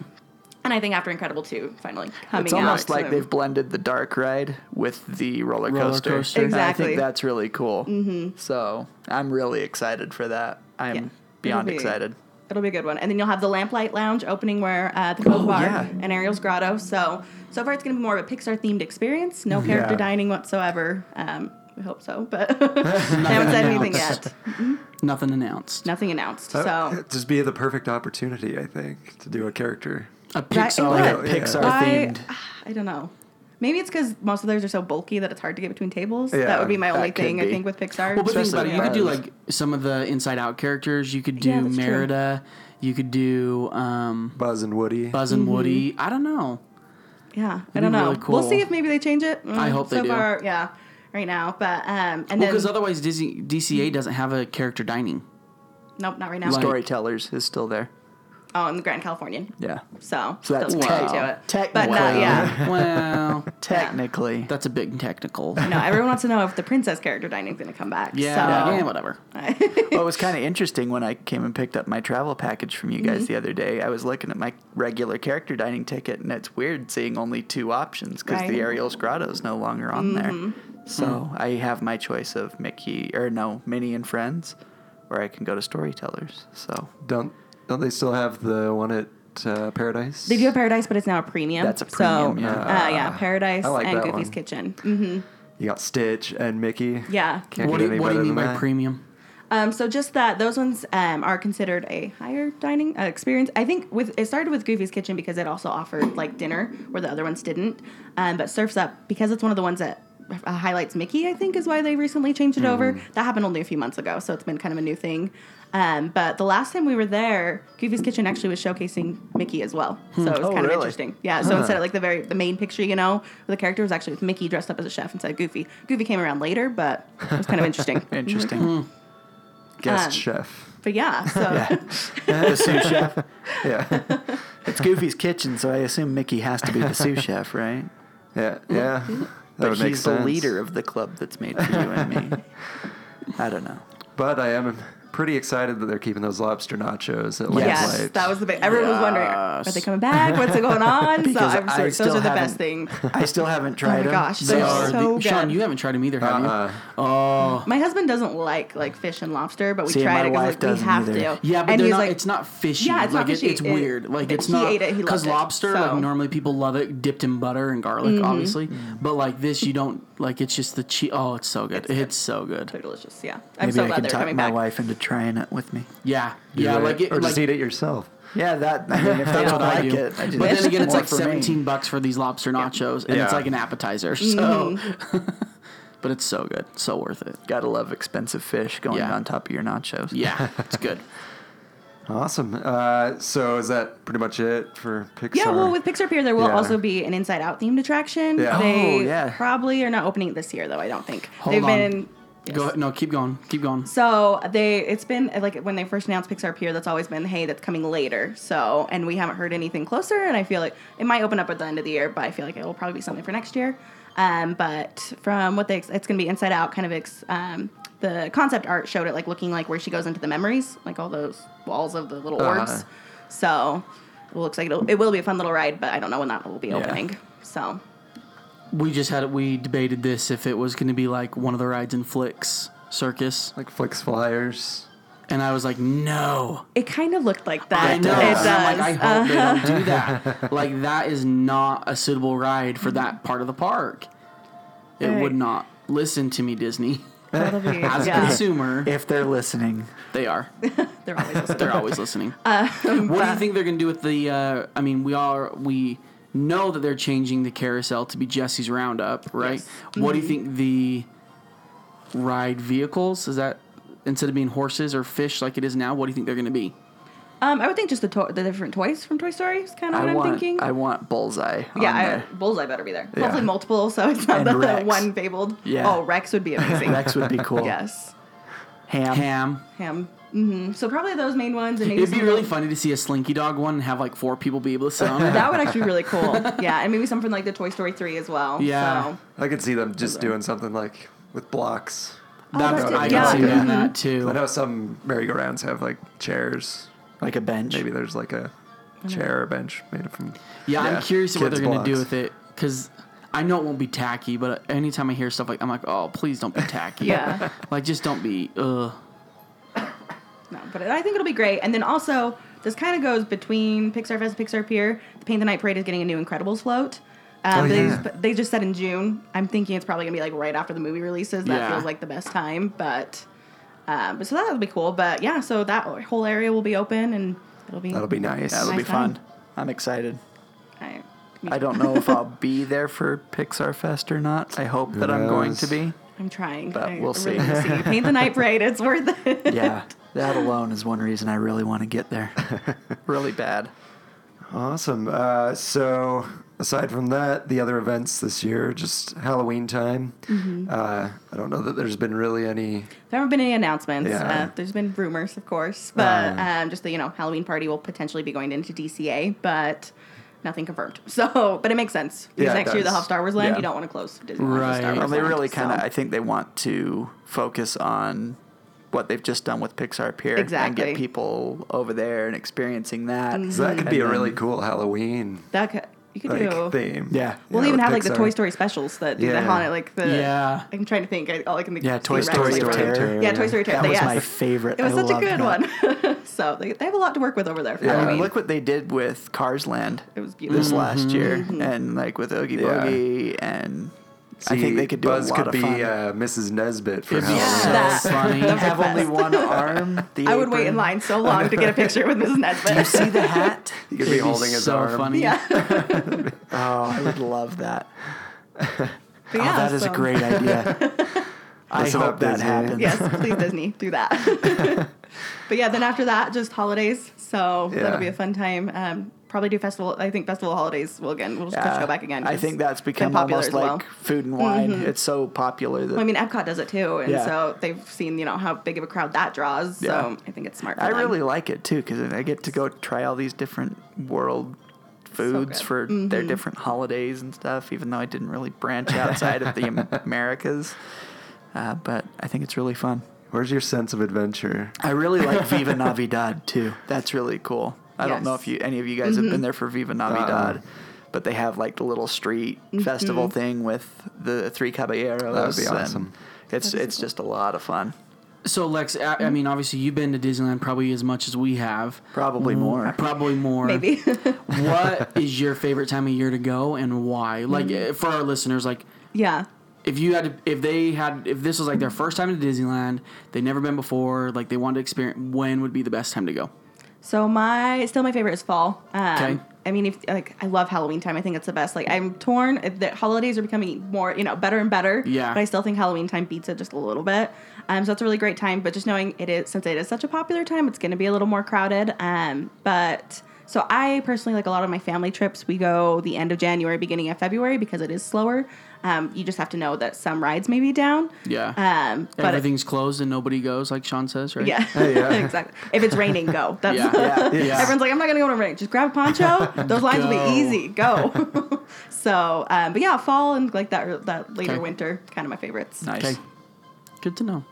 And I think after Incredible two finally coming It's almost out, like so- they've blended the dark ride with the roller Roller coaster. coaster. And I Exactly. think that's really cool. Mm-hmm. So I'm really excited for that. I'm Yeah. It'll beyond be- excited. It'll be a good one. And then you'll have the Lamplight Lounge opening where uh, the Coke Bar yeah. and Ariel's Grotto. So so far it's going to be more of a Pixar themed experience. No character Yeah. dining whatsoever. Um, we hope so, but (laughs) they haven't said anything announced. yet. Nothing announced. Nothing announced. That- (laughs) So it'd just be the perfect opportunity, I think, to do a character. A Right, Pixar. it Like a would. yeah. Pixar Why- themed. (sighs) I don't know. Maybe it's because most of theirs are so bulky that it's hard to get between tables. Yeah, that would be my that only could thing, I be. think, with Pixar. Well, but think about Especially it. You could do bars. like some of the Inside Out characters. You could do Yeah, that's true. Merida. You could do um, Buzz and Woody. Buzz Mm-hmm. and Woody. I don't know. yeah, I be don't know. really We'll see cool. if maybe they change it. Mm, I hope they so do. Oh, far, yeah, right now. But, um, and Well, then, because otherwise Disney DCA doesn't have a character dining. nope, not right now. Like- Storytellers is still there. oh, in the Grand Californian. Yeah. So, So that's still tech- to it. technically. But not, yeah. (laughs) (laughs) Well, Technically. that's a big technical. No, everyone wants to know if the princess character dining's going to come back. Yeah, so. yeah, whatever. Well, it was kind of interesting when I came and picked up my travel package from you guys Mm-hmm. the other day. I was looking at my regular character dining ticket, and it's weird seeing only two options because Right. Mm-hmm. the Ariel's Grotto is no longer on there. So Hmm. I have my choice of Mickey or no Minnie and Friends, or I can go to Storytellers. So Don't don't they still have the one at uh, Paradise? (laughs) They do have Paradise, but it's now a premium. That's a so, premium, yeah. Uh, yeah, Paradise I like and that Goofy's one. Kitchen. hmm You got Stitch and Mickey. Yeah. Can't What get do you, any what better do you mean than by that. premium? Um, so just that those ones um, are considered a higher dining uh, experience. I think with it started with Goofy's Kitchen because it also offered like dinner where the other ones didn't. Um, but Surfs Up because it's one of the ones that uh, highlights Mickey. I think is why they recently changed it over. Mm-hmm. That happened only a few months ago, so it's been kind of a new thing. Um, but the last time we were there, Goofy's Kitchen actually was showcasing Mickey as well, so it was Oh, kind of really? interesting. Yeah, so instead of like the very the main picture, you know, the character was actually with Mickey dressed up as a chef instead of Goofy. Goofy came around later, but it was kind (laughs) of interesting. Hmm. interesting. Guest Um, chef. But yeah, so (laughs) the sous chef. (laughs) (laughs) Yeah, It's Goofy's kitchen, so I assume Mickey has to be the sous (laughs) chef, right? yeah, yeah. That But would he's make the sense. leader of the club that's made for you and (laughs) me. I don't know. But I am pretty excited that they're keeping those lobster nachos at Lamp Yes, Light. that was the big. Everyone was wondering, are Yes. they coming back? What's (laughs) going on? so Because I'm I sorry, those still are the best haven't- thing. I still haven't Oh tried my them. gosh, They they are are so the, good. Sean. You haven't tried them either, have Uh-uh. you? Oh, my husband doesn't like like fish and lobster, but we See, my tried it because wife like, we doesn't have either. to. Yeah, but and they're he's not, like, it's not fishy. Yeah, it's like not fishy. It, it's It- weird. like it- it's he not ate it, he loved it, lobster, so. Mm-hmm. like normally people love it dipped in butter and garlic, obviously. But like this, you don't like. It's just the cheese. Oh, it's so good. It's, so they're good. delicious. Yeah, I'm Maybe so I glad can they're talk my coming back. wife into trying it with me. Yeah, yeah. Either- Like it, or like, just eat it yourself. Yeah, that. I mean, if they That's don't what I like do. it, I just, but then again, it's more like for me. seventeen bucks for these lobster nachos, and it's Yeah. like an appetizer. Mm-hmm. So, (laughs) but it's so good, so worth it. Gotta love expensive fish going Yeah. on top of your nachos. Yeah, (laughs) it's good. Awesome. Uh, so is that pretty much it for Pixar? Yeah, well, with Pixar Pier, there will Yeah. also be an Inside Out themed attraction. Yeah. They Oh, yeah. probably are not opening it this year, though. I don't think Hold they've on. been. Go ahead. No, keep going. Keep going. So they, it's been like when they first announced Pixar Pier, that's always been, hey, that's coming later. So, and we haven't heard anything closer. And I feel like it might open up at the end of the year, but I feel like it will probably be something for next year. Um, but from what they, it's going to be Inside Out, kind of. Ex, um, the concept art showed it like looking like where she goes into the memories, like all those walls of the little orbs. So it looks like it'll, it will be a fun little ride, but I don't know when that will be opening. So We just had we debated this if it was going to be like one of the rides in Flicks Circus. like Flix Flyers. And I was like, no. it kind of looked like that. I know. It does. And I'm like, I hope they don't do that. like, that is not a suitable ride for that part of the park. It Right. would not. Listen to me, Disney. That'll be- As (laughs) a yeah. consumer, If they're listening, they are. They're always listening. They're (laughs) always listening. Um, what do you think they're going to do with the? Uh, I mean, we are we know that they're changing the carousel to be Jesse's Roundup, right? What do you Mm-hmm. think the ride vehicles is that instead of being horses or fish like it is now? What do you think they're going to be? Um, I would think just the to- the different toys from Toy Story is kind of what I I'm want thinking. I want Bullseye. yeah, on there. I, Bullseye better be there. Yeah. Hopefully multiple, so it's not And the Rex. one fabled. Yeah. Oh, Rex would (laughs) be amazing. Rex would be (laughs) cool. Yes, Ham. Ham. him. hmm So probably those main ones, and maybe It'd be some really from- funny to see a Slinky Dog one and have like four people be able to sit on it. (laughs) That would actually be really (laughs) cool. yeah, and maybe some from like the Toy Story three as well. Yeah. So. I could see them just doing something like with blocks. That's, that's I it. can Yeah. see doing Mhm. that I too. know some merry-go-rounds have like chairs. Like a bench. Maybe there's like a chair or bench made from. Yeah, I'm curious what kids' they're going to do blocks. with it because I know it won't be tacky, but anytime I hear stuff like, I'm like, oh, please don't be tacky. Yeah. (laughs) Like, just don't be. Uh, No, but I think it'll be great. And then also, this kind of goes between Pixar Fest and Pixar Pier. The Paint the Night Parade is getting a new Incredibles float. Um, Oh, they, yeah. but they just said in June. I'm thinking it's probably gonna be like right after the movie releases. That Yeah. feels like the best time. But, um, but so that'll be cool. But yeah, so that whole area will be open and it'll be That'll be nice. That'll be Nice time. fun. I'm excited. I- I don't know if I'll be there for Pixar Fest or not. I hope that I'm going to knows? be. I'm trying. But I we'll see. really wanna see. Paint the night parade. It's worth (laughs) it. Yeah, that alone is one reason I really want to get (laughs) there. really bad. Awesome. Uh, so, aside from that, the other events this year, just Halloween time. Mm-hmm. Uh, I don't know that there's been really any. There haven't been any announcements. Yeah. Uh. Uh, there's been rumors, of course, but um, just the you know Halloween party will potentially be going into DCA, but nothing confirmed. (laughs) So, but it makes sense Yeah, because it next year they'll does. have Star Wars Land. Yeah. You don't want to close Disneyland. Right. Right. Star Wars Well, they Land, really kind of, so. I think they want to focus on what they've just done with Pixar Pier and Exactly. get people over there and experiencing that. So that could be And a then- really cool Halloween that could, you could like do. theme. Yeah. We'll Yeah, even with have like the Pixar. Toy Story specials that do Yeah. the haunted, like the. Yeah. I'm trying to think. I, all I can think Yeah, of is Toy the Story Ratatouille of one. Terror. Yeah, Toy Story Terror. That was yes. my favorite. It was I such a loved good that. one. (laughs) so they, they have a lot to work with over there. For Yeah. I Halloween. mean, look what they did with Cars Land It was beautiful. this last year, Mm-hmm. and like with Oogie Yeah. Boogie, and I think they could do Buzz a lot could of be fun. Uh, Mrs. Nesbit for It'd be Halloween. so That- funny. have only one (laughs) arm. The I would wait in apron. line so long to get a picture (laughs) with Mrs. You Nesbitt. see the (laughs) hat? You could It'd be holding his so arm. funny. yeah. Oh, I would love that. But Oh, yeah, that is so- a great (laughs) idea. I Listen hope up, that Disney. happens. Yes, (laughs) please Disney, do that. (laughs) but yeah, then after that, just holidays. So Yeah. that'll be a fun time. Um, probably do festival. I think festival holidays will again. We'll just Yeah. go back again. Uh, I 'cause think it's that's been become popular almost as like well. Mm-hmm. food and wine. It's so popular that I mean, Epcot does it too, and Yeah. so they've seen you know how big of a crowd that draws. Yeah. So I think it's smart. For I them. really like it too because I get to go try all these different world foods good. Mm-hmm. for their different holidays and stuff. Even though I didn't really branch outside of the (laughs) Am- Americas, uh, but I think it's really fun. Where's your sense of adventure? I really like Viva (laughs) Navidad too. That's really cool. I don't know Yes. Mm-hmm. Uh-uh. if you any of you guys have been there for Viva Navidad, but they have like the little street Mm-hmm. festival thing with the three caballeros. That would be and awesome. It's it's just a lot of fun. So Lex, I, I mean, obviously you've been to Disneyland probably as much as we have. Probably Mm, more. Probably more. maybe. what is your favorite time of year to go and why? Like Mm. eh, for our listeners, like (laughs) yeah. if you had, to, if they had, if this was like their first time to Disneyland, they've never been before, like they wanted to experience, when would be the best time to go? So my still my favorite is fall. Um, Okay. I mean, if like I love Halloween time. I think it's the best. Like I'm torn. If The holidays are becoming more, you know, better and better. Yeah. But I still think Halloween time beats it just a little bit. Um, so it's a really great time. But just knowing it is since it is such a popular time, it's going to be a little more crowded. Um, but so I personally like a lot of my family trips. We go the end of January, beginning of February because it is slower. Um, you just have to know that some rides may be down. Yeah. Um, but Everything's closed and nobody goes, like Sean says, right? (laughs) yeah, yeah. (laughs) exactly. If it's raining, go. That's Yeah. Yeah. Yeah. Everyone's like, I'm not gonna go in the rain. Just grab a (laughs) poncho. Those lines will Go. be easy. Go. (laughs) so, um, but yeah, fall and like that that later Okay. winter, kind of my favorites. Nice. Okay. Good to know.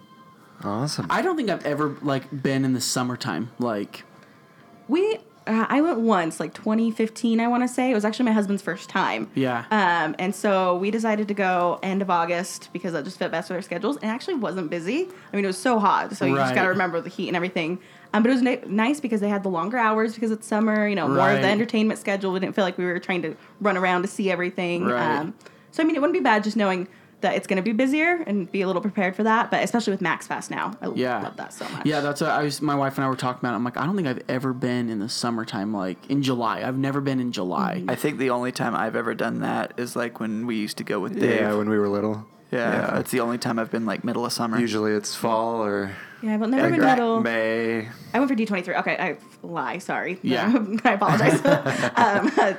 Awesome. I don't think I've ever like been in the summertime. Like, We, uh, I went once, like 2015, I want to say. It was actually my husband's first time. Yeah. Um, and so we decided to go end of August because that just fit best with our schedules. And it actually wasn't busy. I mean, it was so hot, so you just Right. got to remember the heat and everything. Um, but it was ni- nice because they had the longer hours because it's summer. You know, more of Right. the entertainment schedule. We didn't feel like we were trying to run around to see everything. Right. Um, so I mean, it wouldn't be bad just knowing that it's going to be busier and be a little prepared for that. But especially with Max Fast now, I yeah. love that so much. Yeah, that's what I was, my wife and I were talking about. it. I'm like, I don't think I've ever been in the summertime, like in July. I've never been in July. Mm-hmm. I think the only time I've ever done that is like when we used to go with Dave. yeah, when we were little. Yeah, Yeah. it's the only time I've been like middle of summer. Usually it's fall or yeah. But never like been that middle. May. I went for D twenty three. Okay, I lie. Sorry. Yeah. (laughs) (laughs) I apologize.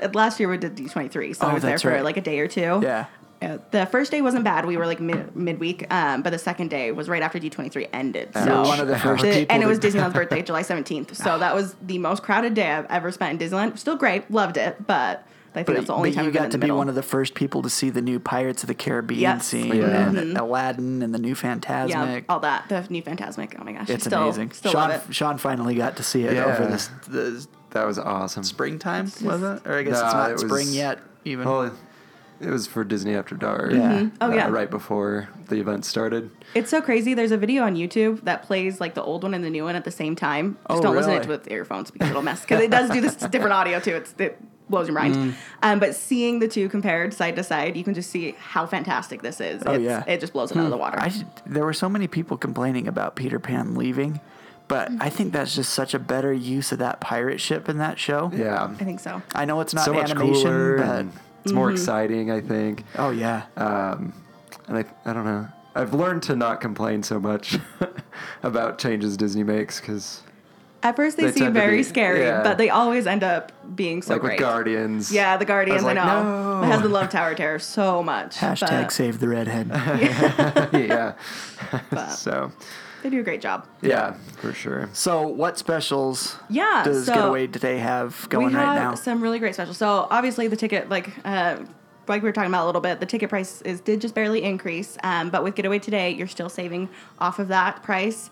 um, last year we did D twenty three, so Oh, I was there that's for right. like a day or two. Yeah. Uh, the first day wasn't bad. We were like mid midweek, um, but the second day was right after D twenty three ended. So You're one of the first The- people and it to- was (laughs) Disneyland's birthday, July seventeenth. So that was the most crowded day I've ever spent in Disneyland. Still great, loved it, but I think But, that's the only but time you I've been got in to the be middle. one of the first people to see the new Pirates of the Caribbean Yes. Mm-hmm. scene Yeah. and Aladdin and the new Fantasmic. yeah, all that the new Fantasmic. Oh my gosh, It's still, amazing. Still Sean, love it. Sean finally got to see it Yeah. over this the That was awesome. springtime, was it? Or I guess Nah, it's not it was- spring yet, even. Well, it was for Disney After Dark. Yeah. Oh, yeah. Right before the event started. It's so crazy. There's a video on YouTube that plays like the old one and the new one at the same time. Oh, Just don't listen to really? it with earphones because it'll mess. Because it does do this different audio too. It's, it blows your mind. Mm. Um, but seeing the two compared side to side, you can just see how fantastic this is. Oh, it's, yeah. It just blows it out of the water. Hmm. I should- there were so many people complaining about Peter Pan leaving, but Mm-hmm. I think that's just such a better use of that pirate ship in that show. Yeah. I think so. I know it's not So much animation, cooler but and- uh, It's more Mm-hmm. exciting, I think. Oh yeah. And I, I don't know. I've learned to not complain so much (laughs) about changes Disney makes because, At first, they, They seem tend to very be- scary, yeah. but they always end up being so like great. with Guardians, Yeah, the Guardians. I, like, know. "No." My husband loved Tower Terror so much. Hashtag but save (laughs) the redhead. (laughs) yeah. (laughs) But- so, They do a great job. yeah, for sure. so what specials? Yeah, Does so- Getaway Today have going we have right now? some really great specials. So obviously the ticket, like uh, like we were talking about a little bit, the ticket price is did just barely increase. Um, but with Getaway Today, you're still saving off of that price,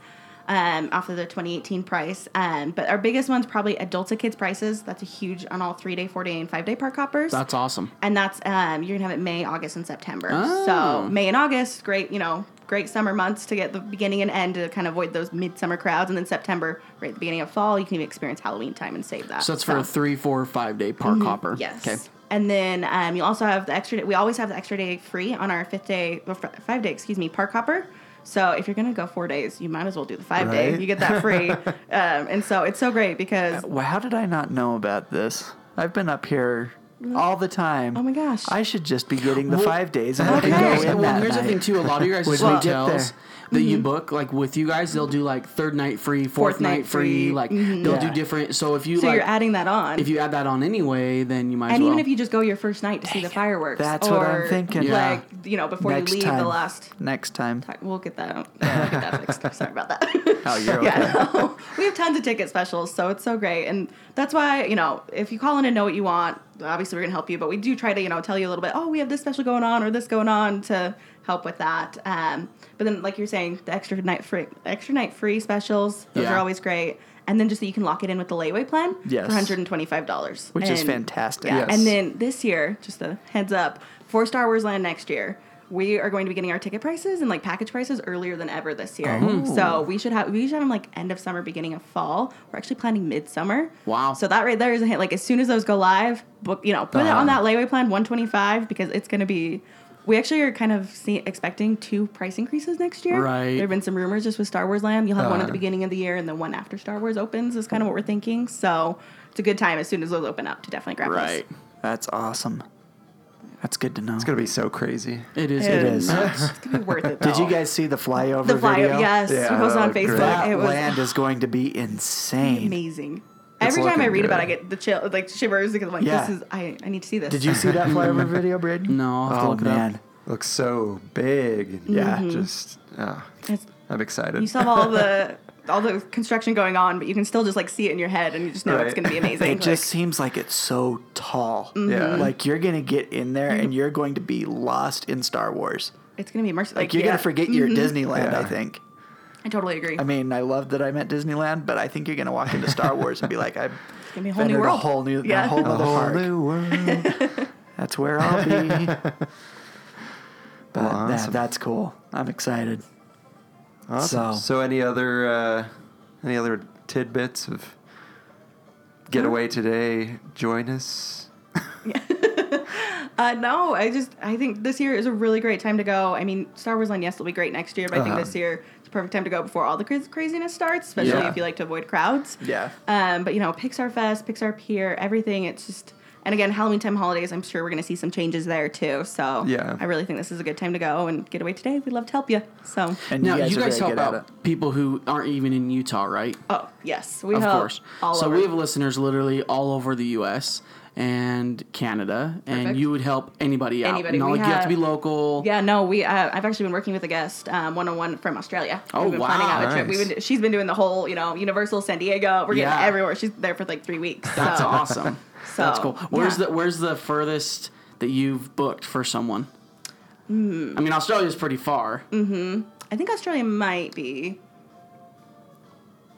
um, off of the 2018 price. Um, but our biggest one's probably adult to kids prices. That's a huge on all three day, four day, and five day park hoppers. That's awesome. and that's um, you're gonna have it May, August, and September. Oh. So May and August, great, you know, great summer months to get the beginning and end to kind of avoid those midsummer crowds, and then September, right at the beginning of fall, you can even experience Halloween time and save that. So that's for a three, four, five day park hopper. Mm-hmm. Yes. Okay. And then um, you also have the extra day. We always have the extra day free on our fifth day, or fr- five day, excuse me, park hopper. So if you're going to go four days, you might as well do the five day. Right. You get that (laughs) free. um, and so it's so great Uh, because Well, how did I not know about this? I've been up here all the time. Oh my gosh. I should just be getting the five days and I Okay. can go Here's- in well, that here's the night. thing too. A lot of your guys' When we get hotels there. that you book, like with you guys, they'll do like third night free, fourth, night, free. Like they'll do Yeah. different. So if you so like, you're adding that on. if you add that on anyway, then you might. as and well. even if you just go your first night to see the fireworks, That's or what I'm thinking. Yeah. Like you know, before Next you leave time. the last. Next time. We'll get that (laughs) out. Yeah, we'll get that fixed. Sorry about that. Oh, you're okay. (laughs) Yeah, I know. we have tons of ticket specials, so it's so great, and that's why you know if you call in and know what you want, obviously we're gonna help you, but we do try to you know tell you a little bit. Oh, we have this special going on or this going on to help with that. Um, but then like you're saying, the extra night free, extra night free specials, those Yeah. are always great. And then just so you can lock it in with the layaway plan Yes. for $125. Which is And- fantastic. Yeah. Yes. And then this year, just a heads up, for Star Wars Land next year, we are going to be getting our ticket prices and like package prices earlier than ever this year. Oh. So we should have we should have them like end of summer, beginning of fall. We're actually planning midsummer. Wow. So that right there is a hint. Like as soon as those go live, book you know, put it on that Uh-huh. layaway plan 125 because it's gonna be we actually are kind of see, expecting two price increases next year. Right. Uh. There have been some rumors just with Star Wars Land. You'll have one at the beginning of the year and then one after Star Wars opens, is kind of what we're thinking. So it's a good time as soon as those open up to definitely grab those. right, That's awesome. That's good to know. It's going to be so crazy. it is. It It is. is. It's gonna be worth (laughs) it. Did though. you guys see the flyover the flyer? video? Yes, Yeah, we that posted on looked Facebook. great. That it was land is going to be insane. amazing. It's Every time I looking read about it, I good. get the chill, like shivers because I'm like, Yeah. this is I, I need to see this. Did you see that (laughs) flyover video, Braden? No, I'll have to oh look it up. man, Looks so big. And Yeah. Mhm. Just, ah, It's- I'm excited. Mm-hmm. you still have all the all the construction going on, but you can still just like see it in your head, and you just know it's Right. gonna be (laughs) amazing. Mm-hmm. it Like, just seems like it's so tall. Yeah. Like you're gonna get in Mm-hmm. there and you're going to be lost in Star Wars. it's gonna be immersive. Like you're yeah. Mm-hmm. gonna forget you're at Disneyland. I Yeah. think. I totally agree. I mean, I love that I'm at Disneyland, but I think you're gonna walk into Star Wars and be like, I've gonna be (laughs) a whole new entered world. a whole new, Yeah. a whole A other Whole park. new world. That's where I'll (laughs) be. but that, awesome. that's cool. I'm excited. awesome. So- (laughs) So, any other uh, any other tidbits of getaway today? Join us. Uh, no, I just I think this year is a really great time to go. I mean, Star Wars Land yes will be great next year, but I Uh-huh. think this year it's a perfect time to go before all the cra- craziness starts, especially Yeah. if you like to avoid crowds. Yeah. Um, but you know, Pixar Fest, Pixar Pier, everything. It's just and again, Halloween time holidays. I'm sure we're gonna see some changes there too. So Yeah. I really think this is a good time to go and get away today. We'd love to help you. So And Now you are guys very help good at out people who aren't even in Utah, right? oh yes, we of help course. all so over. we have listeners literally all over the U.S. and Canada, and Perfect. you would help anybody out. Anybody. Not We like you have have- to be local. Yeah, no, we. Uh, I've actually been working with a guest, um, one-on-one from Australia. Oh, We've been wow. Planning out a trip. Nice. We've been, she's been doing the whole, you know, Universal San Diego. We're getting Yeah. everywhere. She's there for like three weeks. That's so, awesome. So, That's cool. Where's Oh, yeah. the Where's the furthest that you've booked for someone? I mean, Australia's pretty far. Hmm. I think Australia might be.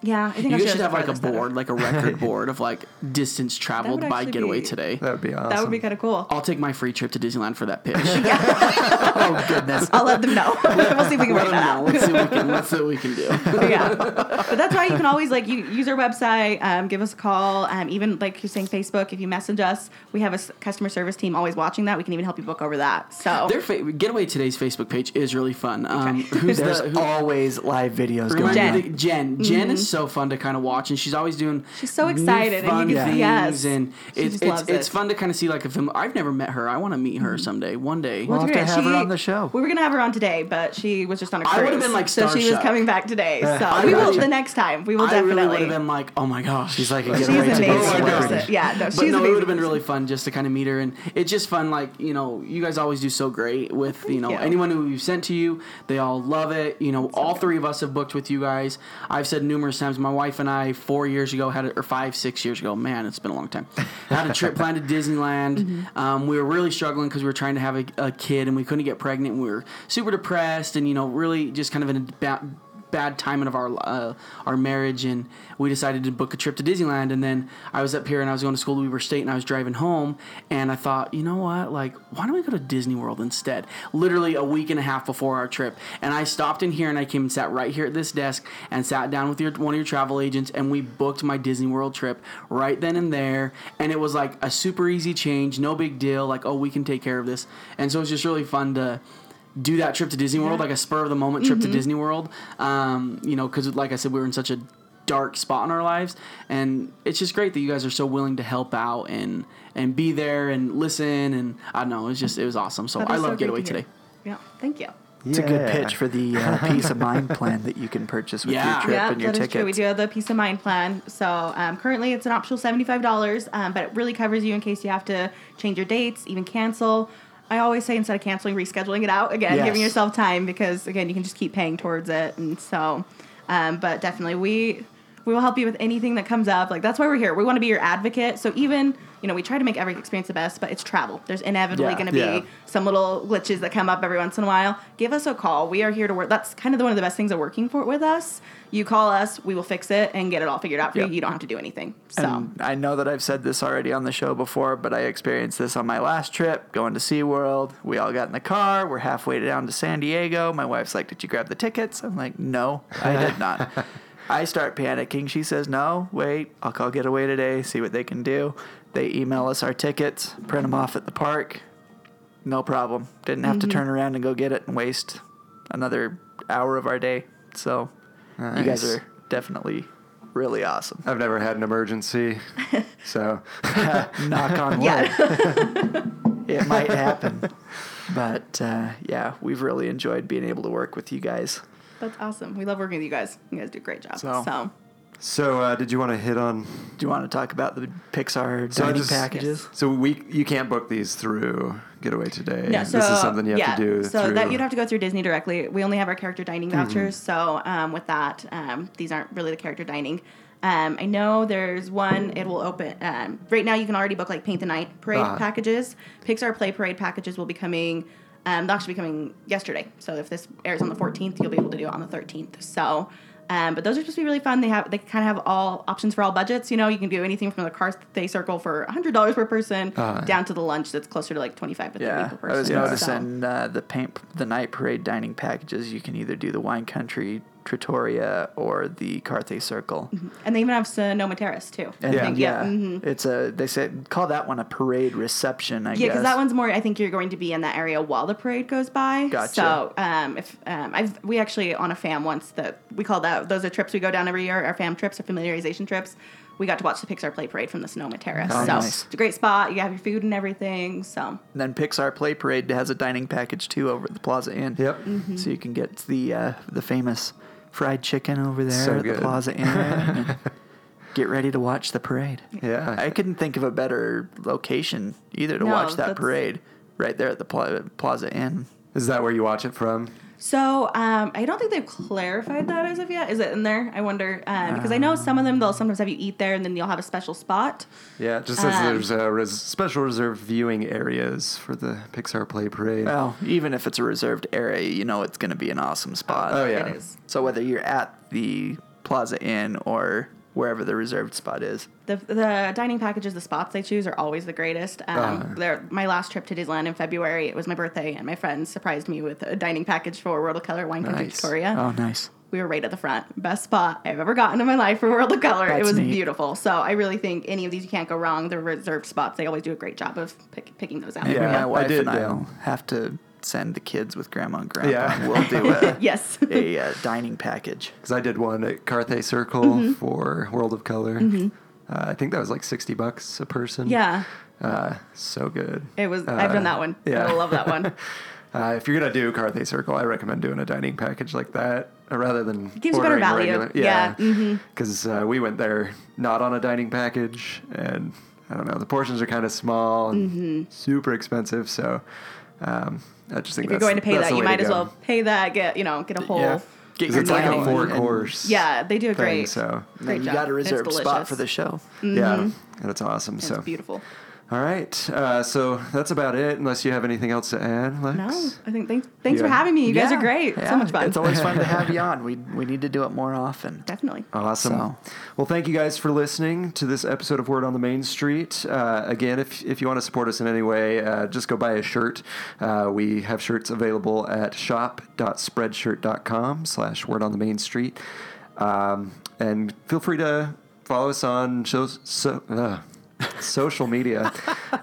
Yeah, I think You guys Australia's should have like a farthest out. board, like a record board of like distance traveled by actually getaway be- today. That would be awesome. That would be kind of cool. I'll take my free trip to (laughs) Disneyland for that pitch. (laughs) it. Goodness. I'll let them know. (laughs) we'll see if we can work Let 'em that out. (laughs) know. Let's see what we can. Let's see what (laughs) we can do. yeah. But that's why you can always like you use our website, um, give us a call, um, even like you're saying Facebook. If you message us, we have a s- customer service team always watching that. We can even help you book over that. So Their fa- getaway today's Facebook page is really fun. Um, (laughs) who's There's the who, always live videos going Jen. on. Jen. Jen is it's so fun to kind of watch, and she's always doing. Mm-hmm. She's so new excited, and you fun can- things, yes. and She it's just it's, loves it's it. Mm-hmm. fun to kind of see like a film. I've never met her. I want to meet her someday. One day. We'll have to Great. have her on the show. We were gonna have her on today, but she was just on a I cruise. would've been, like, so she was starstruck. coming back today. So I we got will you. the next time. We will I really would definitely. have been like, oh my gosh. She's like a she's getaway an to be a amazing celebrity. person. Yeah, no, she's But an no, amazing. it would have been really fun just to kind of meet her, and it's just fun. Like you know, you guys always do so great with you know you. anyone who we've sent to you. They all love it. You know, all three of us have booked with you guys. I've said numerous times. My wife and I four years ago had a, or five six years ago. Man, it's been a long time. Had a trip (laughs) planned to Disneyland. Mm-hmm. Um, we were really struggling because we were trying to have a, a kid and we couldn't get pregnant. And we were super depressed and you know really just kind of in a ba- bad timing of our uh, our marriage, and we decided to book a trip to Disneyland. And then I was up here, and I was going to school to Weaver State, and I was driving home, and I thought, you know what, like, why don't we go to Disney World instead? Literally a week and a half before our trip, and I stopped in here, and I came and sat right here at this desk, and sat down with your one of your travel agents, and we booked my Disney World trip right then and there, and it was like a super easy change, no big deal, like, oh, we can take care of this, and so it's just really fun to do that trip to Disney World, like a spur of the moment Mm-hmm. trip to Disney World. Um, you know, because like I said, we were in such a dark spot in our lives, and it's just great that you guys are so willing to help out and and be there and listen. And I don't know, it's just it was awesome. So That I is so love great Getaway to hear. today. Yeah, thank you. It's a good pitch for the uh, peace of (laughs) mind plan that you can purchase with Yeah. your trip Yeah, and your that is ticket. true. We do have the peace of mind plan. So um, currently, it's an optional seventy-five dollars, um, but it really covers you in case you have to change your dates, even cancel. I always say instead of canceling, rescheduling it out again, Yes. giving yourself time because again, you can just keep paying towards it, and so. Um, but definitely, we we will help you with anything that comes up. Like that's why we're here. We want to be your advocate. So even you know, we try to make every experience the best, but it's travel. There's inevitably Yeah. going to be Yeah. some little glitches that come up every once in a while, give us a call. We are here to work. That's kind of the- one of the best things of working for with us. You call us, we will fix it and get it all figured out for Yep. you. You don't have to do anything. So And I know that I've said this already on the show before, but I experienced this on my last trip going to SeaWorld. We all got in the car. We're halfway down to San Diego. My wife's like, Did you grab the tickets? I'm like, No, I did not. I start panicking. She says, No, wait, I'll call Getaway today, see what they can do. They email us our tickets, print them off at the park. No problem. Didn't have to turn around and go get it and waste another hour of our day. So you guys Nice. are definitely really awesome. I've never had an (laughs) emergency, so knock on wood. Yeah. (laughs) it might happen. But uh, yeah, we've really enjoyed being able to work with you guys. that's awesome. We love working with you guys. You guys do a great job. So- So, so uh, did you want to hit on? Do you want to talk about the Pixar So I dining just- packages? So we you can't book these through Getaway Today. yeah, so this is something you have yeah, to do. So through, that you'd have to go through Disney directly. We only have our character dining vouchers. So um, with that, um, these aren't really the character dining. Um, I know there's one. It will open um, right now. You can already book like Paint the Night parade Uh-huh. packages. Pixar Play Parade packages will be coming. Um, they'll actually be coming yesterday. So if this airs on the 14th, you'll be able to do it on the 13th. So, um, but those are supposed to be really fun. They have they kind of have all options for all budgets. You know, you can do anything from the cars they circle for $100 per person down to the lunch that's closer to like 25 to 30 Yeah, per person. I was So- noticing uh, the paint, the night parade dining packages. You can either do the Wine Country Trattoria or the Carthay Circle. And they even have Sonoma Terrace too. I And think. yeah, Yeah. Mhm. it's a they say call that one a parade reception. I Yeah, guess because that one's more. I think you're going to be in that area while the parade goes by. Gotcha. So, um, if um, I've we actually on a fam once that we call that those are trips we go down every year. Our fam trips, our familiarization trips. We got to watch the Pixar Play Parade from the Sonoma Terrace. Oh, so nice. it's a great spot. You have your food and everything. So And then Pixar Play Parade has a dining package too over at the Plaza Inn. Yep. Mm-hmm. So you can get the uh, the famous fried chicken over there So at good. the Plaza (laughs) Inn. and get ready to watch the parade. Yeah. I couldn't think of a better location either to No, watch that that's- parade. Right there at the Pla- Plaza Inn. Is that where you watch it from? So um, I don't think they've clarified that as of yet. Is it in there? I wonder Uh, um, because I know some of them they'll sometimes have you eat there and then you'll have a special spot. Yeah, it just says Um, there's uh, res- special reserved viewing areas for the Pixar Play Parade. Uh, Well, even if it's a reserved area, you know it's going to be an awesome spot. oh yeah, It is. So whether you're at the Plaza Inn or wherever the reserved spot is, The, the dining packages, the spots they choose are always the greatest. Um, Ah. they're- my last trip to Disneyland in February, it was my birthday, and my friends surprised me with a dining package for World of Color Wine Country nice. Victoria. Ah. Oh, nice. We were right at the front. Best spot I've ever gotten in my life for World of Color. it That's was neat. beautiful. So I really think any of these you can't go wrong. The reserved spots, they always do a great job of pick, picking those out. Maybe Yeah, my I wife did, and I yeah. will have to send the kids with grandma and grandpa. Yeah. We'll (laughs) do a, Yes. (laughs) a uh, dining package. Because I did one at Carthay Circle mm-hmm. for World of Color. Uh, I think that was like 60 bucks a person. yeah. Uh, so good. It was. I've done that one. yeah. I love (laughs) that one. Uh, if you're gonna do Carthay Circle, I recommend doing a dining package like that uh, rather than Gives you better ordering value. Regular. Yeah, Mm-hmm. because uh, we went there not on a dining package, and I don't know, the portions are kind of small and Mm-hmm. super expensive. So um, I just think If that's- you're going to pay that's that, the you way to might as go. well pay that. Get you know, get a whole. Yeah. Yeah, 'Cause your it's like meal a and- four and course. they do a thing, great. So great you job. got a It's reserved spot delicious. for the show. yeah, and it's awesome. It's so beautiful. All right, uh, so that's about it. Unless you have anything else to add, Lex. No, Oh, I think thanks. Thanks for Yeah. having me. You guys Yeah. are great. Yeah. So much fun. It's always fun to (laughs) have you on. We we need to do it more often. Definitely. Oh. Awesome. So- Well, thank you guys for listening to this episode of Word on the Main Street. Uh, again, if, if you want to support us in any way, uh, just go buy a shirt. Uh, we have shirts available at shop.spreadshirt.com slash Word on the Main Street. Um, and feel free to follow us on so, so, uh, (laughs) social media.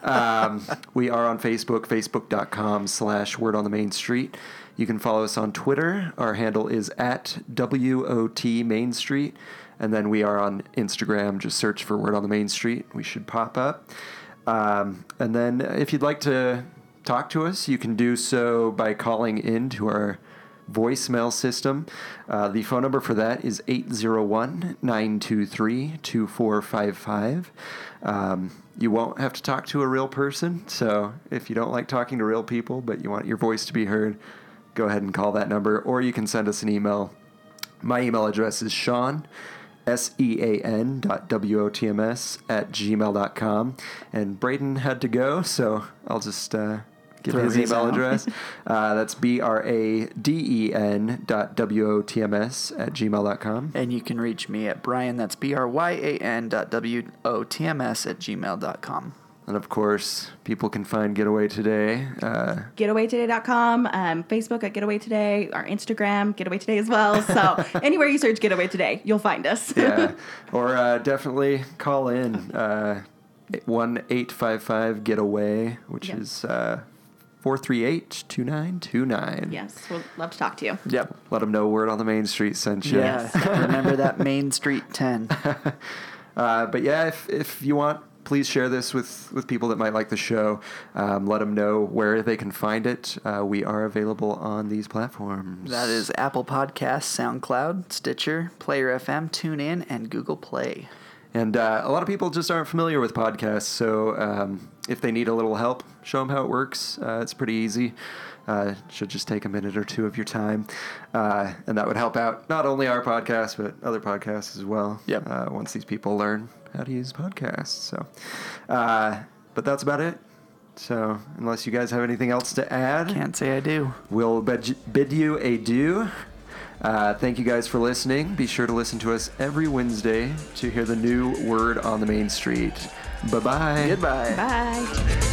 um, we are on Facebook, facebook.com slash Word on the Main Street. You can follow us on Twitter. Our handle is at WOT Main Street. And then we are on Instagram. Just search for Word on the Main Street. We should pop up. Um, and then if you'd like to talk to us, you can do so by calling in to our voicemail system. Uh, the phone number for that is 801 923 2455. Um, You won't have to talk to a real person, so if you don't like talking to real people but you want your voice to be heard, go ahead and call that number, or you can send us an email. My email address is Sean, S E A N dot W O T M S at gmail.com. And Braden had to go, so I'll just uh, give Throw his his email out. (laughs) address. uh, that's B R A D E N dot W O T M S at gmail.com. And you can reach me at Brian, that's B R Y A N dot W O T M S at gmail dot com. And of course, people can find Getaway Today. Uh, getawaytoday.com, um, Facebook at Getaway Today, our Instagram, Getaway Today as well. (laughs) So anywhere you search Getaway Today, you'll find us. yeah. Or uh, definitely call in uh, 1 855 Getaway, which Yep. is uh, 438 2929. (laughs) yes, we'll love to talk to you. Yep. Let them know word on the main street sent you. Yeah. (laughs) Remember that Main Street 10. Uh, but yeah, if, if you want, please share this with, with people that might like the show. Um, let them know where they can find it. Uh, we are available on these platforms. That is Apple Podcasts, SoundCloud, Stitcher, Player FM, TuneIn, and Google Play. And uh, a lot of people just aren't familiar with podcasts, so um, if they need a little help, show them how it works. Uh, it's pretty easy. Uh, should just take a minute or two of your time, uh, and that would help out not only our podcast but other podcasts as well. Yep. Uh, once these people learn how to use podcasts, so. Uh, but that's about it. So unless you guys have anything else to add, Can't say I do. We'll bid, bid you adieu. Uh, thank you guys for listening. Be sure to listen to us every Wednesday to hear the new word on the main street. Bye bye. Goodbye. Bye.